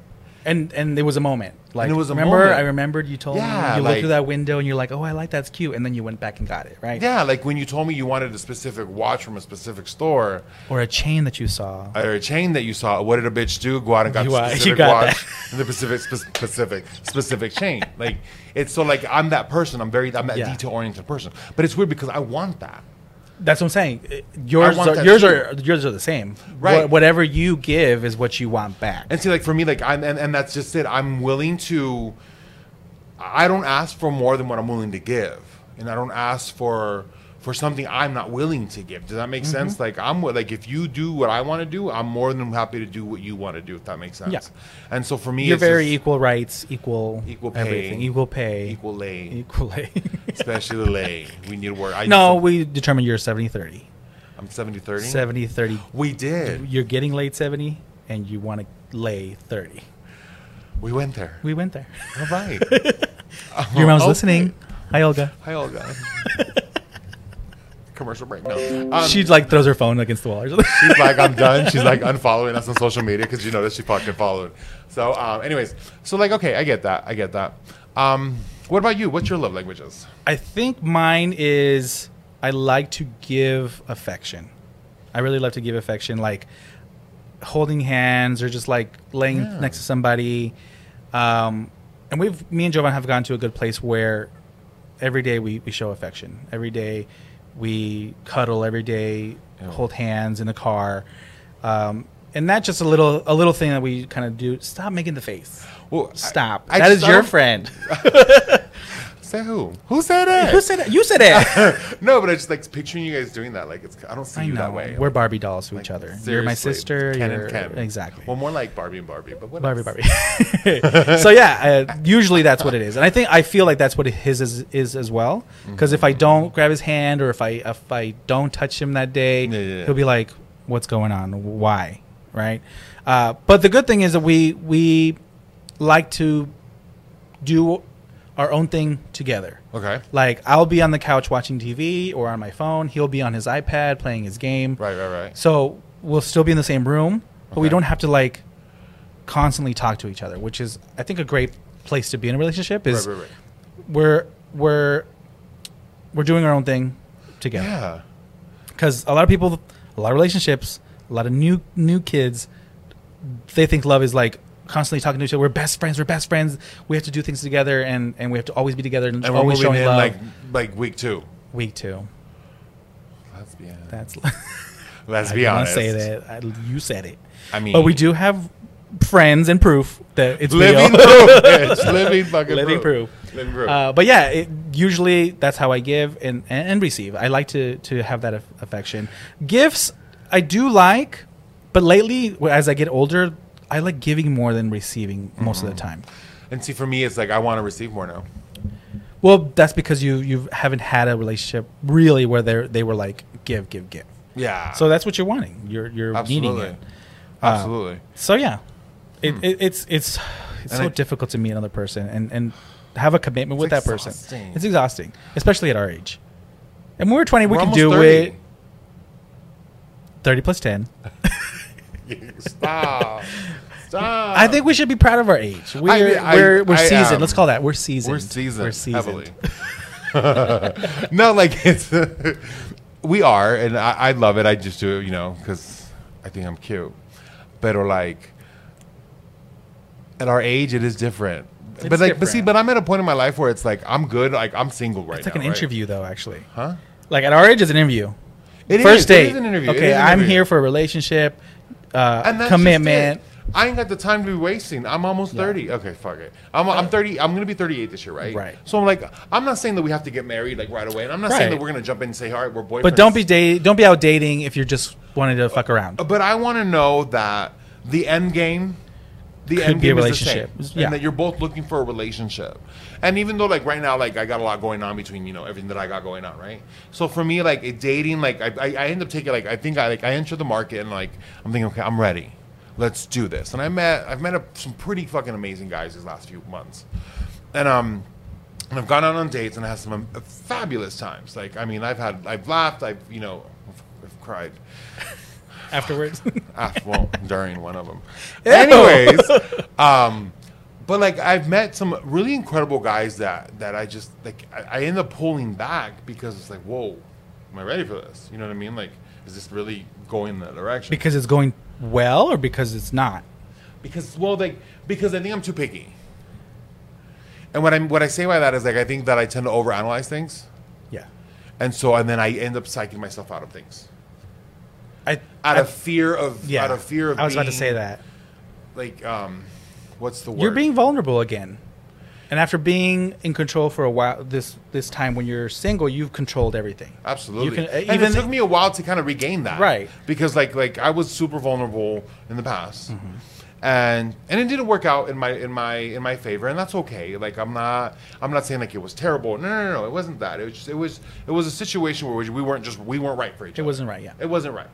B: and and it was a moment. Like
A: it was a
B: remember,
A: moment.
B: I remembered you told
A: Yeah,
B: me you looked
A: like-
B: through that window and you're like, oh, I like that's cute, and then you went back and got it, right?
A: Yeah, like when you told me you wanted a specific watch from a specific store
B: Or a chain that you saw.
A: or a chain that you saw, what did a bitch do? Go out and got
B: You,
A: the
B: uh,
A: specific
B: you got
A: watch and the specific spe- specific specific chain. Like it's so like I'm that person. I'm very I'm that
B: Yeah.
A: detail oriented person. But it's weird because I want that.
B: That's what I'm saying. Uh, Yours,
A: want
B: are,
A: that
B: yours
A: too.
B: are yours are the same.
A: Right.
B: Wha- whatever you give is what you want back.
A: And see, like for me, like I'm, and, and that's just it. I'm willing to. I don't ask for more than what I'm willing to give, and I don't ask for for something I'm not willing to give. Does that
B: Mm-hmm.
A: make sense? Like I'm wi- like if you do what I want to do, I'm more than happy to do what you want to do. If that makes sense.
B: Yeah.
A: And so for me,
B: You're
A: it's just
B: very equal rights, equal
A: Equal pay.
B: everything, equal pay,
A: equal lay,
B: equal pay.
A: especially the lay. We need to work. I
B: no,
A: used
B: we determined you're 70 30.
A: to- I'm 70 30.
B: 70 30.
A: We did.
B: You're getting late 70 and you want to lay 30.
A: We went there.
B: We went there.
A: All right.
B: Your mom's
A: okay.
B: listening. Hi, Olga.
A: Hi, Olga. Commercial break. No. Um,
B: she like throws her phone against the wall or something.
A: She's like, I'm done. She's like unfollowing us on social media because you know that she fucking followed. So, um, anyways, so like, okay, I get that. I get that. Um, what about you? What's your love languages?
B: I think mine is I like to give affection. I really love to give affection, like holding hands or just like laying
A: Yeah.
B: next to somebody. Um, and we've me and Jovan have gone to a good place where every day we, we show affection. Every day we cuddle. Every day
A: Yeah.
B: hold hands in the car. Um, and that's just a little a little thing that we kind of do. Stop making the face.
A: Well, I-
B: Stop.
A: I
B: that
A: just
B: is your
A: don't-
B: friend.
A: Say who? Who said it?
B: Who said that? You said it.
A: no, but I just like picturing you guys doing that. Like, it's I don't see
B: I
A: you
B: know.
A: that way.
B: We're Barbie dolls to
A: Like,
B: each other. You're my
A: seriously,
B: sister.
A: Ken
B: you're,
A: and Ken.
B: Exactly.
A: Well, more like Barbie and Barbie, but what
B: Barbie,
A: else?
B: Barbie. so yeah, uh, usually that's what it is, and I think I feel like that's what his is, is as well.
A: Mm-hmm.
B: Because if I don't grab his hand or if I if I don't touch him that day,
A: Yeah, yeah, yeah.
B: he'll be like, "What's going on? Why?" Right? Uh, but the good thing is that we we like to do our own thing together.
A: Okay.
B: Like I'll be on the couch watching TV or on my phone. He'll be on his iPad playing his game.
A: Right, right, right.
B: So we'll still be in the same room, but we
A: Okay.
B: don't have to like constantly talk to each other, which is I think a great place to be in a relationship
A: Right,
B: is
A: right, right.
B: we're we're we're doing our own thing together.
A: Yeah.
B: Because a lot of people, a lot of relationships, a lot of new new kids, they think love is like constantly talking to each other. We're best friends. We're best friends. We have to do things together, and and we have to always be together and,
A: And we're
B: always
A: moving
B: showing
A: in
B: love.
A: like like week two.
B: Week two.
A: Let's be honest.
B: That's
A: Let's
B: I
A: be
B: didn't
A: honest.
B: Say that I, you said it.
A: I mean,
B: But we do have friends and proof that it's
A: living
B: real.
A: proof. bitch. Living fucking
B: Living
A: proof.
B: proof.
A: Living proof.
B: Uh, but yeah, it, usually that's how I give and, and, and receive. I like to to have that aff- affection. Gifts I do like, but lately w- as I get older, I like giving more than receiving most of the
A: Mm-hmm.
B: time.
A: and see, for me, it's like I want to receive more now.
B: Well, that's because you you haven't had a relationship really where they they were like give give give.
A: Yeah.
B: So that's what you're wanting. You're you're needing
A: Ah. absolutely,
B: it. Uh,
A: absolutely.
B: So yeah, it, it, it's it's it's
A: Hmm. And
B: so
A: I-
B: difficult to meet another person and and have a commitment with that person.
A: exhausting.
B: It's exhausting, especially at our age. And when we were twenty, we
A: We're
B: could
A: almost
B: do
A: 30.
B: it. Thirty plus ten.
A: Stop. Stop.
B: I think we should be proud of our age. We're
A: I-
B: we're, we're
A: I am.
B: seasoned. Let's call that we're seasoned.
A: we're seasoned.
B: We're seasoned.
A: Heavily. no, like it's we are, and I, I love it. I just do it, you know, because I think I'm cute. But or like at our age, it is different.
B: It's
A: but like, but see,
B: different.
A: but I'm at a point in my life where it's like I'm good. Like I'm single right
B: It's like
A: now,
B: an
A: right?
B: interview, though. Actually,
A: huh?
B: like at our age, it's an interview.
A: It
B: First
A: is,
B: date.
A: It is an interview. It
B: Okay,
A: is an
B: I'm
A: interview.
B: here for a relationship,
A: And
B: uh,
A: that's
B: commitment.
A: just it. I ain't got the time to be wasting. I'm almost 30. Okay, fuck it. I'm, I'm 30. I'm going to be 38 this year, right?
B: Right.
A: So I'm like, I'm not saying that we have to get married like right away. And I'm not
B: Right.
A: saying that we're going to jump in and say, all right, we're boyfriends.
B: But don't be date, don't be out dating if you're just wanting to fuck around.
A: Uh, But I want to know that the end game, the
B: Could
A: end
B: be a
A: game
B: relationship.
A: is the same,
B: Yeah.
A: and that you're both looking for a relationship. And even though, like right now, like I got a lot going on between you know everything that I got going on, right? So for me, like it- dating, like I, I, I end up taking like I think I like I enter the market and like I'm thinking, okay, I'm ready. Let's do this. And I met I've met a, some pretty fucking amazing guys these last few months, and um. And I've gone out on dates and had some um, fabulous times. Like, I mean, I've had, I've laughed, I've, you know, I've, I've cried.
B: Afterwards,
A: Ah, well, during one of them. Anyways, um, but like I've met some really incredible guys that that I just like I, I end up pulling back because it's like, whoa, am I ready for this? You know what I mean? Like, is this really going in that direction?
B: because it's going well or because it's not.
A: because well like because I think I'm too picky. And what I am what I say by that is like I think that I tend to overanalyze things,
B: Yeah,
A: and so and then I end up psyching myself out of things
B: I.
A: out
B: I-
A: of fear of
B: yeah,
A: out of fear of
B: I was about to
A: being,
B: say that
A: like um, what's the word
B: you're being vulnerable again, and after being in control for a while, this this time when you're single, you've controlled everything.
A: Absolutely.
B: You can- uh,
A: and
B: even-
A: it took me a while to kind of regain that.
B: Right.
A: Because like like I was super vulnerable in the past.
B: Mm-hmm.
A: And and it didn't work out in my in my in my favor, and that's okay. Like I'm not I'm not saying like it was terrible. No, no, no, no. It wasn't that. It was just, it was it was a situation where we weren't just we weren't right for each
B: It
A: other.
B: wasn't right, yeah.
A: It wasn't right.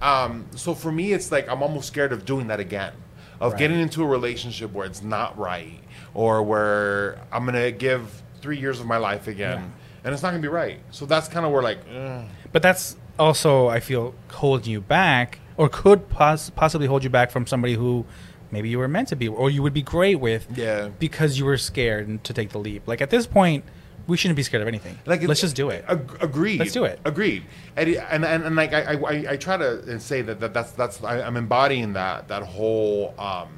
A: Um, so for me, it's like I'm almost scared of doing that again, of
B: Right.
A: getting into a relationship where it's not right, or where I'm gonna give three years of my life again, and it's not gonna be right. So that's kind of where like, eh.
B: But that's also, I feel, holding you back, or could pos- possibly hold you back from somebody who maybe you were meant to be, or you would be great with,
A: Yeah.
B: because you were scared and- to take the leap. Like at this point, we shouldn't be scared of anything.
A: like
B: Like, let's just do it.
A: Ag- agreed.
B: Let's do it.
A: Agreed. And it- and and, and like I, I I- I try to and say that, that that's that's I, I'm embodying that that whole. Um,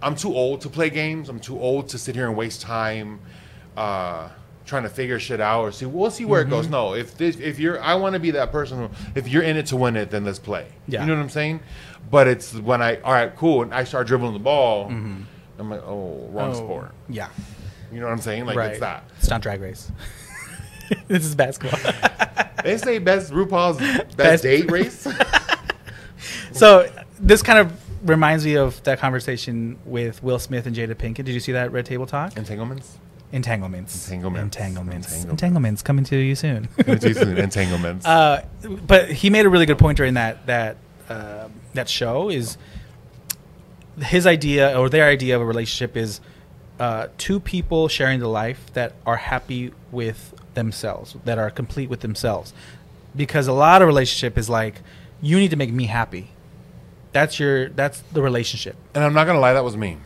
A: I'm too old to play games. I'm too old to sit here and waste time uh, trying to figure shit out or see. We'll see where it
B: Mm-hmm.
A: goes. No, if this, if you're, I want to be that person. who- If you're in it to win it, then let's play.
B: Yeah.
A: You know what I'm saying? But it's when I all right, cool, and I start dribbling the ball. I'm like, oh, wrong
B: Mm-hmm. Oh,
A: sport.
B: Yeah,
A: You know what I'm saying? Like
B: right.
A: it's that.
B: It's not drag race. this is basketball.
A: They say best RuPaul's best,
B: Best-
A: date race.
B: so this kind of reminds me of that conversation with Will Smith and Jada Pinkett. Did you see that Red Table Talk?
A: Entanglements.
B: Entanglements.
A: Entanglements.
B: Entanglements.
A: Entanglements.
B: Entanglements coming to you soon.
A: Entanglements.
B: Uh, but he made a really good point during that that um that show is his idea or their idea of a relationship is uh, two people sharing the life that are happy with themselves, that are complete with themselves. Because a lot of relationship is like, you need to make me happy. That's your that's the relationship,
A: and I'm not gonna lie, that was me.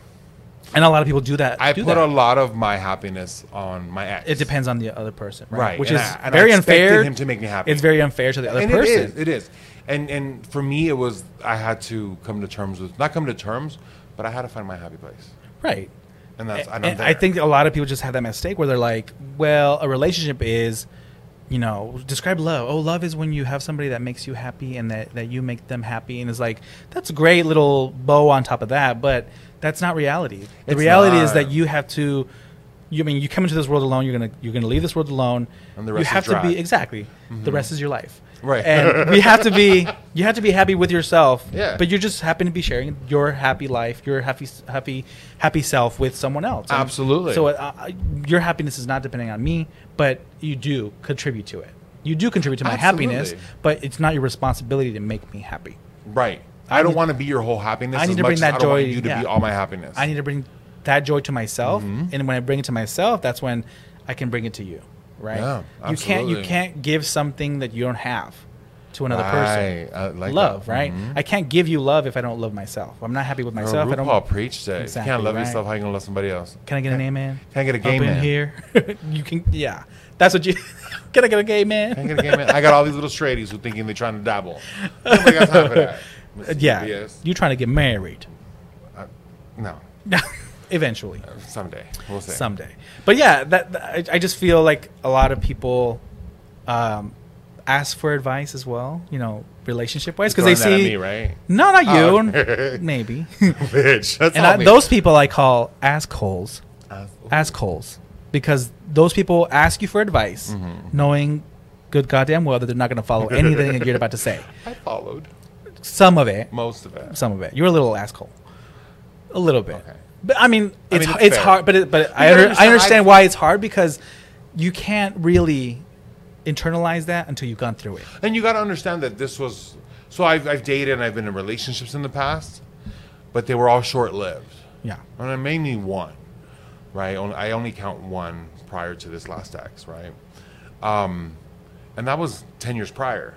B: and a lot of people do that.
A: I
B: do
A: put
B: that.
A: a lot of my happiness on my ex.
B: It depends on the other person, right?
A: Right,
B: Which
A: and
B: is
A: I- and I
B: very
A: expected
B: unfair.
A: him to make me happy.
B: It's very unfair to the other
A: and
B: person.
A: it is. It is. And and for me, it was I had to come to terms with not come to terms, but I had to find my happy place.
B: Right.
A: And that's and,
B: And
A: I'm there.
B: I think a lot of people just have that mistake where they're like, well, a relationship is, you know, describe love. Oh, love is when you have somebody that makes you happy and that, that you make them happy. And it's like, that's a great little bow on top of that, but that's not reality. The
A: It's
B: reality
A: not.
B: is that you have to. You I mean you come into this world alone. You're gonna you're gonna leave this world alone.
A: And the rest
B: you
A: is
B: have to be
A: dry. Mm-hmm.
B: exactly. The rest is your life.
A: Right.
B: And we have to be. You have to be happy with yourself.
A: Yeah.
B: But you just happen to be sharing your happy life, your happy happy happy self with someone else. And
A: Absolutely.
B: So uh, I- your happiness is not depending on me, but you do contribute to it. You do contribute to my happiness,
A: Absolutely.
B: but it's not your responsibility to make me happy.
A: right. I, don't
B: need-
A: want to be your whole happiness.
B: I need
A: as
B: to
A: much
B: bring
A: as
B: that
A: I don't want
B: joy-
A: you to
B: yeah.
A: be all my happiness.
B: I need to bring that joy to myself,
A: Mm-hmm.
B: and when I bring it to myself, that's when I can bring it to you. Right?
A: Yeah,
B: you can't you
A: absolutely.
B: can't give something that you don't have to another person.
A: Right, I Mm-hmm. like
B: love,
A: that.
B: right? I can't give you love if I don't love myself. I'm not happy with
A: Girl,
B: myself. I
A: Oh, RuPaul
B: don't.
A: preached that. if you
B: Exactly,
A: can't love
B: right.
A: yourself, how you gonna love somebody else?
B: Can I get an amen?
A: Can I get a
B: Up
A: gay
B: in
A: man?
B: here? you can. Yeah, that's what you. can I get a gay man?
A: Can I get a gay man? I got all these little straighties who thinking they're trying to dabble. Nobody got time for that. Mr.
B: Uh, Yeah.
A: BS.
B: You trying to get married
A: No.
B: eventually
A: Someday. We'll see.
B: someday. But yeah, that, that- I, I just feel like a lot of people um, ask for advice as well, you know, relationship wise, because
A: Throwing
B: they
A: that at
B: see
A: me, right?
B: no, not
A: Oh,
B: you,
A: okay.
B: maybe.
A: Bitch, that's
B: and
A: all
B: I,
A: me.
B: those people I call assholes,
A: Uh,
B: assholes, because those people ask you for advice,
A: Mm-hmm.
B: knowing good goddamn well that they're not going to follow anything that you're about to say.
A: I followed
B: Some of it,
A: most of it.
B: some of it. You're a little asshole, a little bit.
A: Okay.
B: But I mean, it's
A: mean, it's
B: it's
A: fair.
B: hard, but it, but I,
A: gotta
B: under, I
A: understand,
B: understand
A: I-
B: why it's hard because you can't really internalize that until you've gone through it.
A: And you got to understand that this was. So I've, I've dated and I've been in relationships in the past, but they were all short lived.
B: Yeah.
A: And I mainly one, right? Only- I only count one prior to this last ex, right? Um, and that was 10 years prior.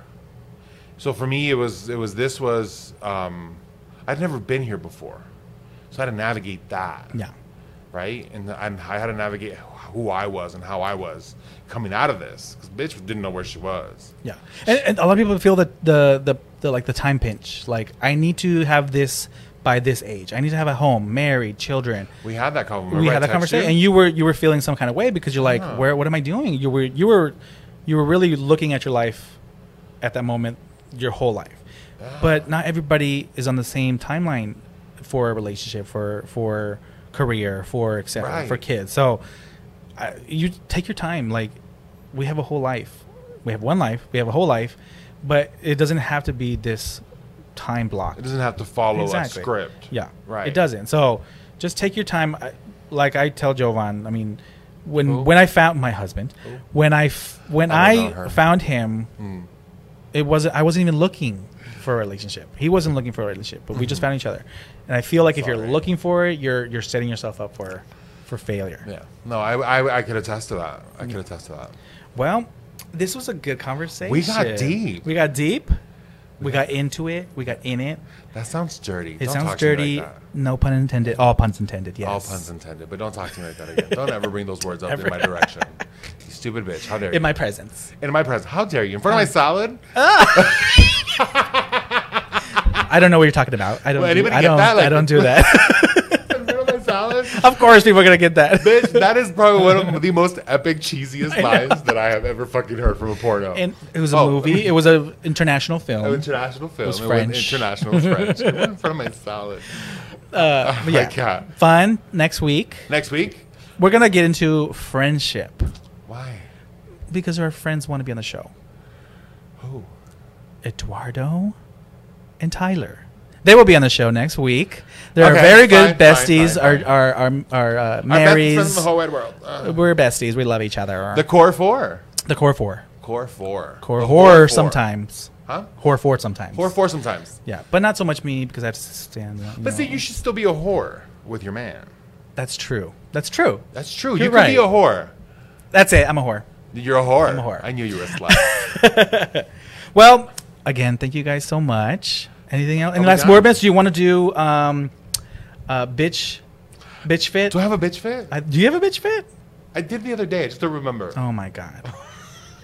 A: So for me, it was, it was this was, um, I'd never been here before. So I had to navigate that
B: Yeah.
A: right? And and I had to navigate who I was and how I was coming out of this because bitch didn't know where she was.
B: Yeah, and, and a lot of people feel that the, the the like the time pinch. Like I need to have this by this age. I need to have a home, married, children.
A: We had that conversation.
B: We had a conversation, and you were you were feeling some kind of way because you're like,
A: Yeah.
B: where what am I doing? You were you were you were really looking at your life at that moment, your whole life. But not everybody is on the same timeline for a relationship, for for career, for etc.
A: Right.
B: For kids, so I, you take your time. Like we have a whole life. We have one life. We have a whole life, but it doesn't have to be this time block.
A: it doesn't have to follow a script.
B: Yeah,
A: Right.
B: It doesn't. So just take your time. I- Like I tell Jovan, I mean, when
A: Who?
B: when I found my husband, when I f- when
A: I don't know
B: I
A: her. Hmm.
B: found him, it wasn't. I wasn't even looking for a relationship. He wasn't looking for a relationship, but we just found each other. And I feel like if you're
A: Mm-hmm. Sorry.
B: looking for it, you're you're setting yourself up for for failure.
A: Yeah. No, I, I I could attest to that. I could attest to that.
B: Well, this was a good conversation.
A: deep.
B: We got deep. We got into it. We got in it.
A: That sounds dirty.
B: It
A: Don't
B: sounds
A: talk to me like
B: dirty.
A: that.
B: no pun intended. All puns intended. Yes.
A: All puns intended, but don't talk to me like that again. Don't ever bring those words up in my direction. You stupid bitch. How dare you?
B: in my presence.
A: in my presence. How dare you? In front of my salad?
B: I don't know what you're talking about. I don't.
A: Well,
B: do,
A: anybody
B: I
A: get
B: don't.
A: that? Like-
B: I don't do that.
A: In front of my salad?
B: of course, people are gonna get that.
A: Bitch, that is probably one of the most epic, cheesiest
B: I know.
A: lines that I have ever fucking heard from a porno.
B: And it was a
A: Oh.
B: movie. It was an international film.
A: international film. It
B: was
A: was
B: French.
A: international it was French. It went in front of my salad. Oh
B: Uh, but
A: my
B: yeah,
A: God.
B: fun. Next week,
A: Next week?
B: we're gonna get into friendship
A: Why?
B: because our friends want to be on the show.
A: Who?
B: Eduardo and Tyler. They will be on the show next week. They're
A: Okay,
B: very good
A: fine, fine,
B: besties.
A: fine,
B: Our our our, our uh,
A: Our best friends in
B: Marys.
A: the whole wide world. Uh,
B: We're besties. We love each other.
A: the core four.
B: the core four.
A: Core four.
B: Core
A: The
B: horror
A: core four.
B: sometimes.
A: Huh?
B: Horror four sometimes.
A: Core four sometimes.
B: Yeah, but not so much me because I have to stand. You
A: But see,
B: know.
A: you should still be a whore with your man.
B: that's true. That's true.
A: That's true. you
B: You're
A: could be a
B: right.
A: whore.
B: That's it. I'm a whore.
A: You're a whore.
B: a whore.
A: I knew you were a slut.
B: Well, again, thank you guys so much. Anything else? Any
A: we
B: last
A: done?
B: word, Vince? Do you want to do um, uh, bitch, bitch fit?
A: Do I have a bitch fit? I,
B: I- do you have a bitch fit?
A: did the other day, just to remember.
B: Oh my god,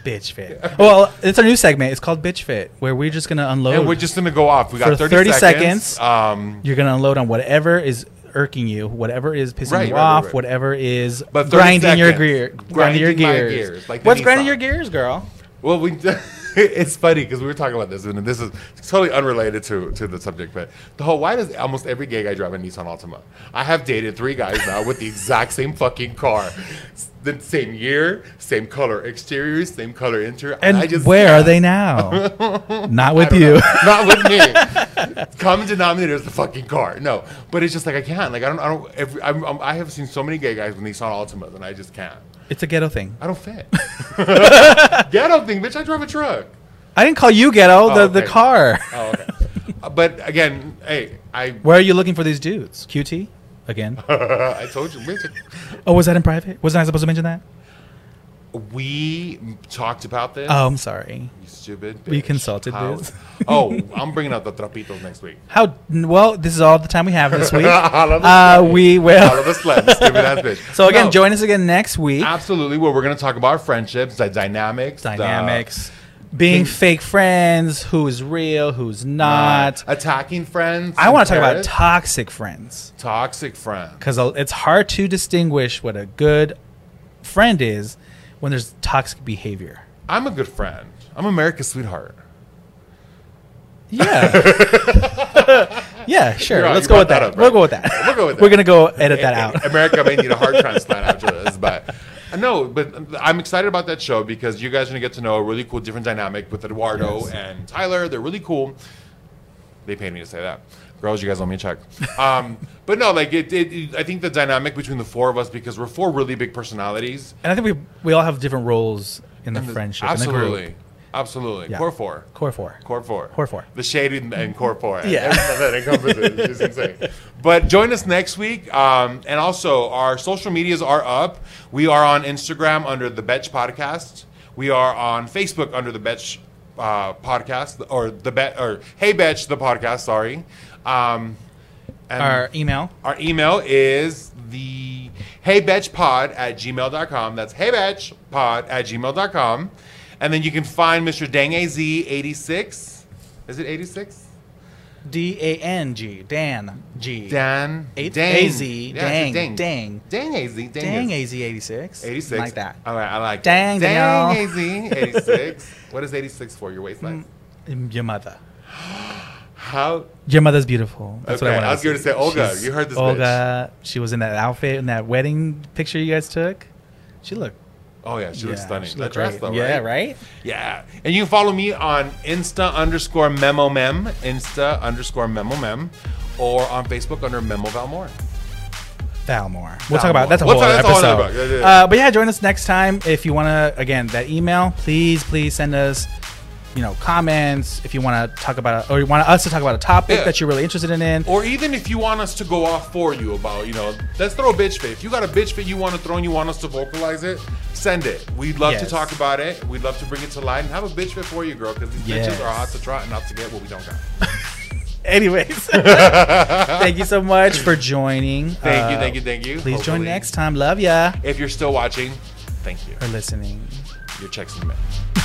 B: bitch fit. Well, it's our new segment. It's called bitch fit, where we're just gonna unload.
A: And we're just going to go off. We
B: For
A: got 30,
B: 30
A: seconds.
B: seconds.
A: Um,
B: You're gonna unload on whatever is irking you, whatever is pissing
A: Right,
B: you
A: right, right,
B: off,
A: right.
B: whatever is
A: But 30
B: grinding your
A: seconds.
B: gear, grinding
A: Grinding
B: your
A: my
B: gears.
A: gears, like the
B: What's grinding
A: Nissan.
B: your gears, girl?
A: Well, we it's funny because we were talking about this, and this is totally unrelated to, to the subject. But the whole why does almost every gay guy drive a Nissan Altima? I have dated three guys now with the exact same fucking car, S- the same year, same color exterior, same color interior,
B: And where are they now? Not with you.
A: Not with me. Common denominator is the fucking car. No, but it's just like I can't. Like I don't. I don't. Every, I'm, I'm, I have seen so many gay guys with Nissan Altimas, and I just can't.
B: It's a ghetto thing.
A: I don't fit. Ghetto thing, bitch. I drive a truck.
B: I didn't call you ghetto. the the
A: okay.
B: car.
A: Oh, okay. Uh, but again, hey, I
B: Where are you looking for these dudes? QT again.
A: I told you, bitch.
B: oh, was that in private? Wasn't I supposed to mention that?
A: we talked about this.
B: Oh, I'm sorry.
A: you stupid. Bitch.
B: we consulted
A: How-
B: this.
A: oh, I'm bringing out the trapitos next week.
B: How well? This is all the time we have this week.
A: All of us,
B: Uh, we
A: all
B: will.
A: of us left. Stupid ass bitch.
B: So again,
A: No,
B: join us again next week.
A: Absolutely, where we're going to talk about our friendships, the dynamics, the-
B: Dynamics, being fake friends, who's real, who's
A: uh,
B: not.
A: attacking friends.
B: I
A: in
B: want to talk about
A: Paris,
B: toxic friends.
A: toxic friends.
B: because it's hard to distinguish what a good friend is when there's toxic behavior.
A: I'm a good friend. I'm America's sweetheart.
B: Yeah. yeah, sure.
A: You're right,
B: Let's
A: you
B: go
A: brought
B: with that.
A: that up, right?
B: We'll go with that.
A: We'll go with
B: We're
A: that.
B: going to go edit that out.
A: America may need a heart transplant after this, but no. But I'm excited about that show because you guys are gonna get to know a really cool different dynamic with Eduardo and Tyler. They're really cool. They paid me to say that. Girls, you guys owe me a check. Um, but no, like it, it, it- I think the dynamic between the four of us because we're four really big personalities.
B: And I think we we all have different roles in the
A: and the-
B: friendship. in the group.
A: Absolutely. Absolutely.
B: Yeah.
A: Core four.
B: Core four.
A: Core four.
B: Core four.
A: The shade and, and core four.
B: Yeah.
A: Everything that encompasses it is insane. But join us next week. Um, and also, our social medias are up. We are on Instagram under The Betch Podcast. We are on Facebook under The Betch uh, Podcast or The Bet or Hey Betch, the podcast, sorry. Um, and
B: Our email.
A: our email is the heybetchpod at gmail.com. That's heybetchpod at gmail.com. And then you can find Mr. Dangaz86. Is it 86?
B: D A N G. Dan G.
A: Dan.
B: Eight-
A: Dang.
B: AZ,
A: Yeah,
B: dang,
A: it's a
B: dang.
A: Dang AZ. Dang,
B: Dang
A: AZ.
B: AZ 86.
A: 86.
B: Like that.
A: All right, I like it.
B: Dang,
A: Dang
B: Danielle. Mm.
A: AZ. 86. what is 86 for? Your waist size?
B: Your mother.
A: How?
B: Your mother's beautiful. That's
A: Okay,
B: what I wanted
A: I was
B: to
A: gonna say Olga.
B: She's-
A: You heard this
B: Olga, she was in that outfit in that wedding picture you guys took. She looked.
A: Oh, yeah, she looks
B: yeah,
A: stunning.
B: She
A: That
B: looked
A: dress,
B: great.
A: though,
B: Yeah,
A: right?
B: right?
A: Yeah. And you can follow me on Insta underscore memo mem, Insta underscore memo mem, or on Facebook under Memo Valmore.
B: Falmore. We'll talk about that's a
A: We'll
B: whole
A: talk-
B: other
A: that's a whole
B: episode.
A: other book. Yeah, yeah, yeah.
B: Uh, but yeah, join us next time if you want to. Again, that email, please, please send us. You know, comments if you want to talk about, or you want us to talk about a topic
A: Yeah.
B: that you're really interested in.
A: Or even if you want us to go off for you about, you know, let's throw a bitch fit. If you got a bitch fit you want to throw and you want us to vocalize it, send it. We'd love to
B: Yes.
A: talk about it. We'd love to bring it to light and have a bitch fit for you, girl, because these
B: Yes.
A: bitches are hot to trot and out to get what we don't got.
B: Anyways, thank you so much for joining.
A: Thank you,
B: Uh,
A: thank you, thank you.
B: Please join
A: Hopefully-
B: next time. Love ya
A: If you're still watching, thank you.
B: for listening.
A: Your checks in the mail.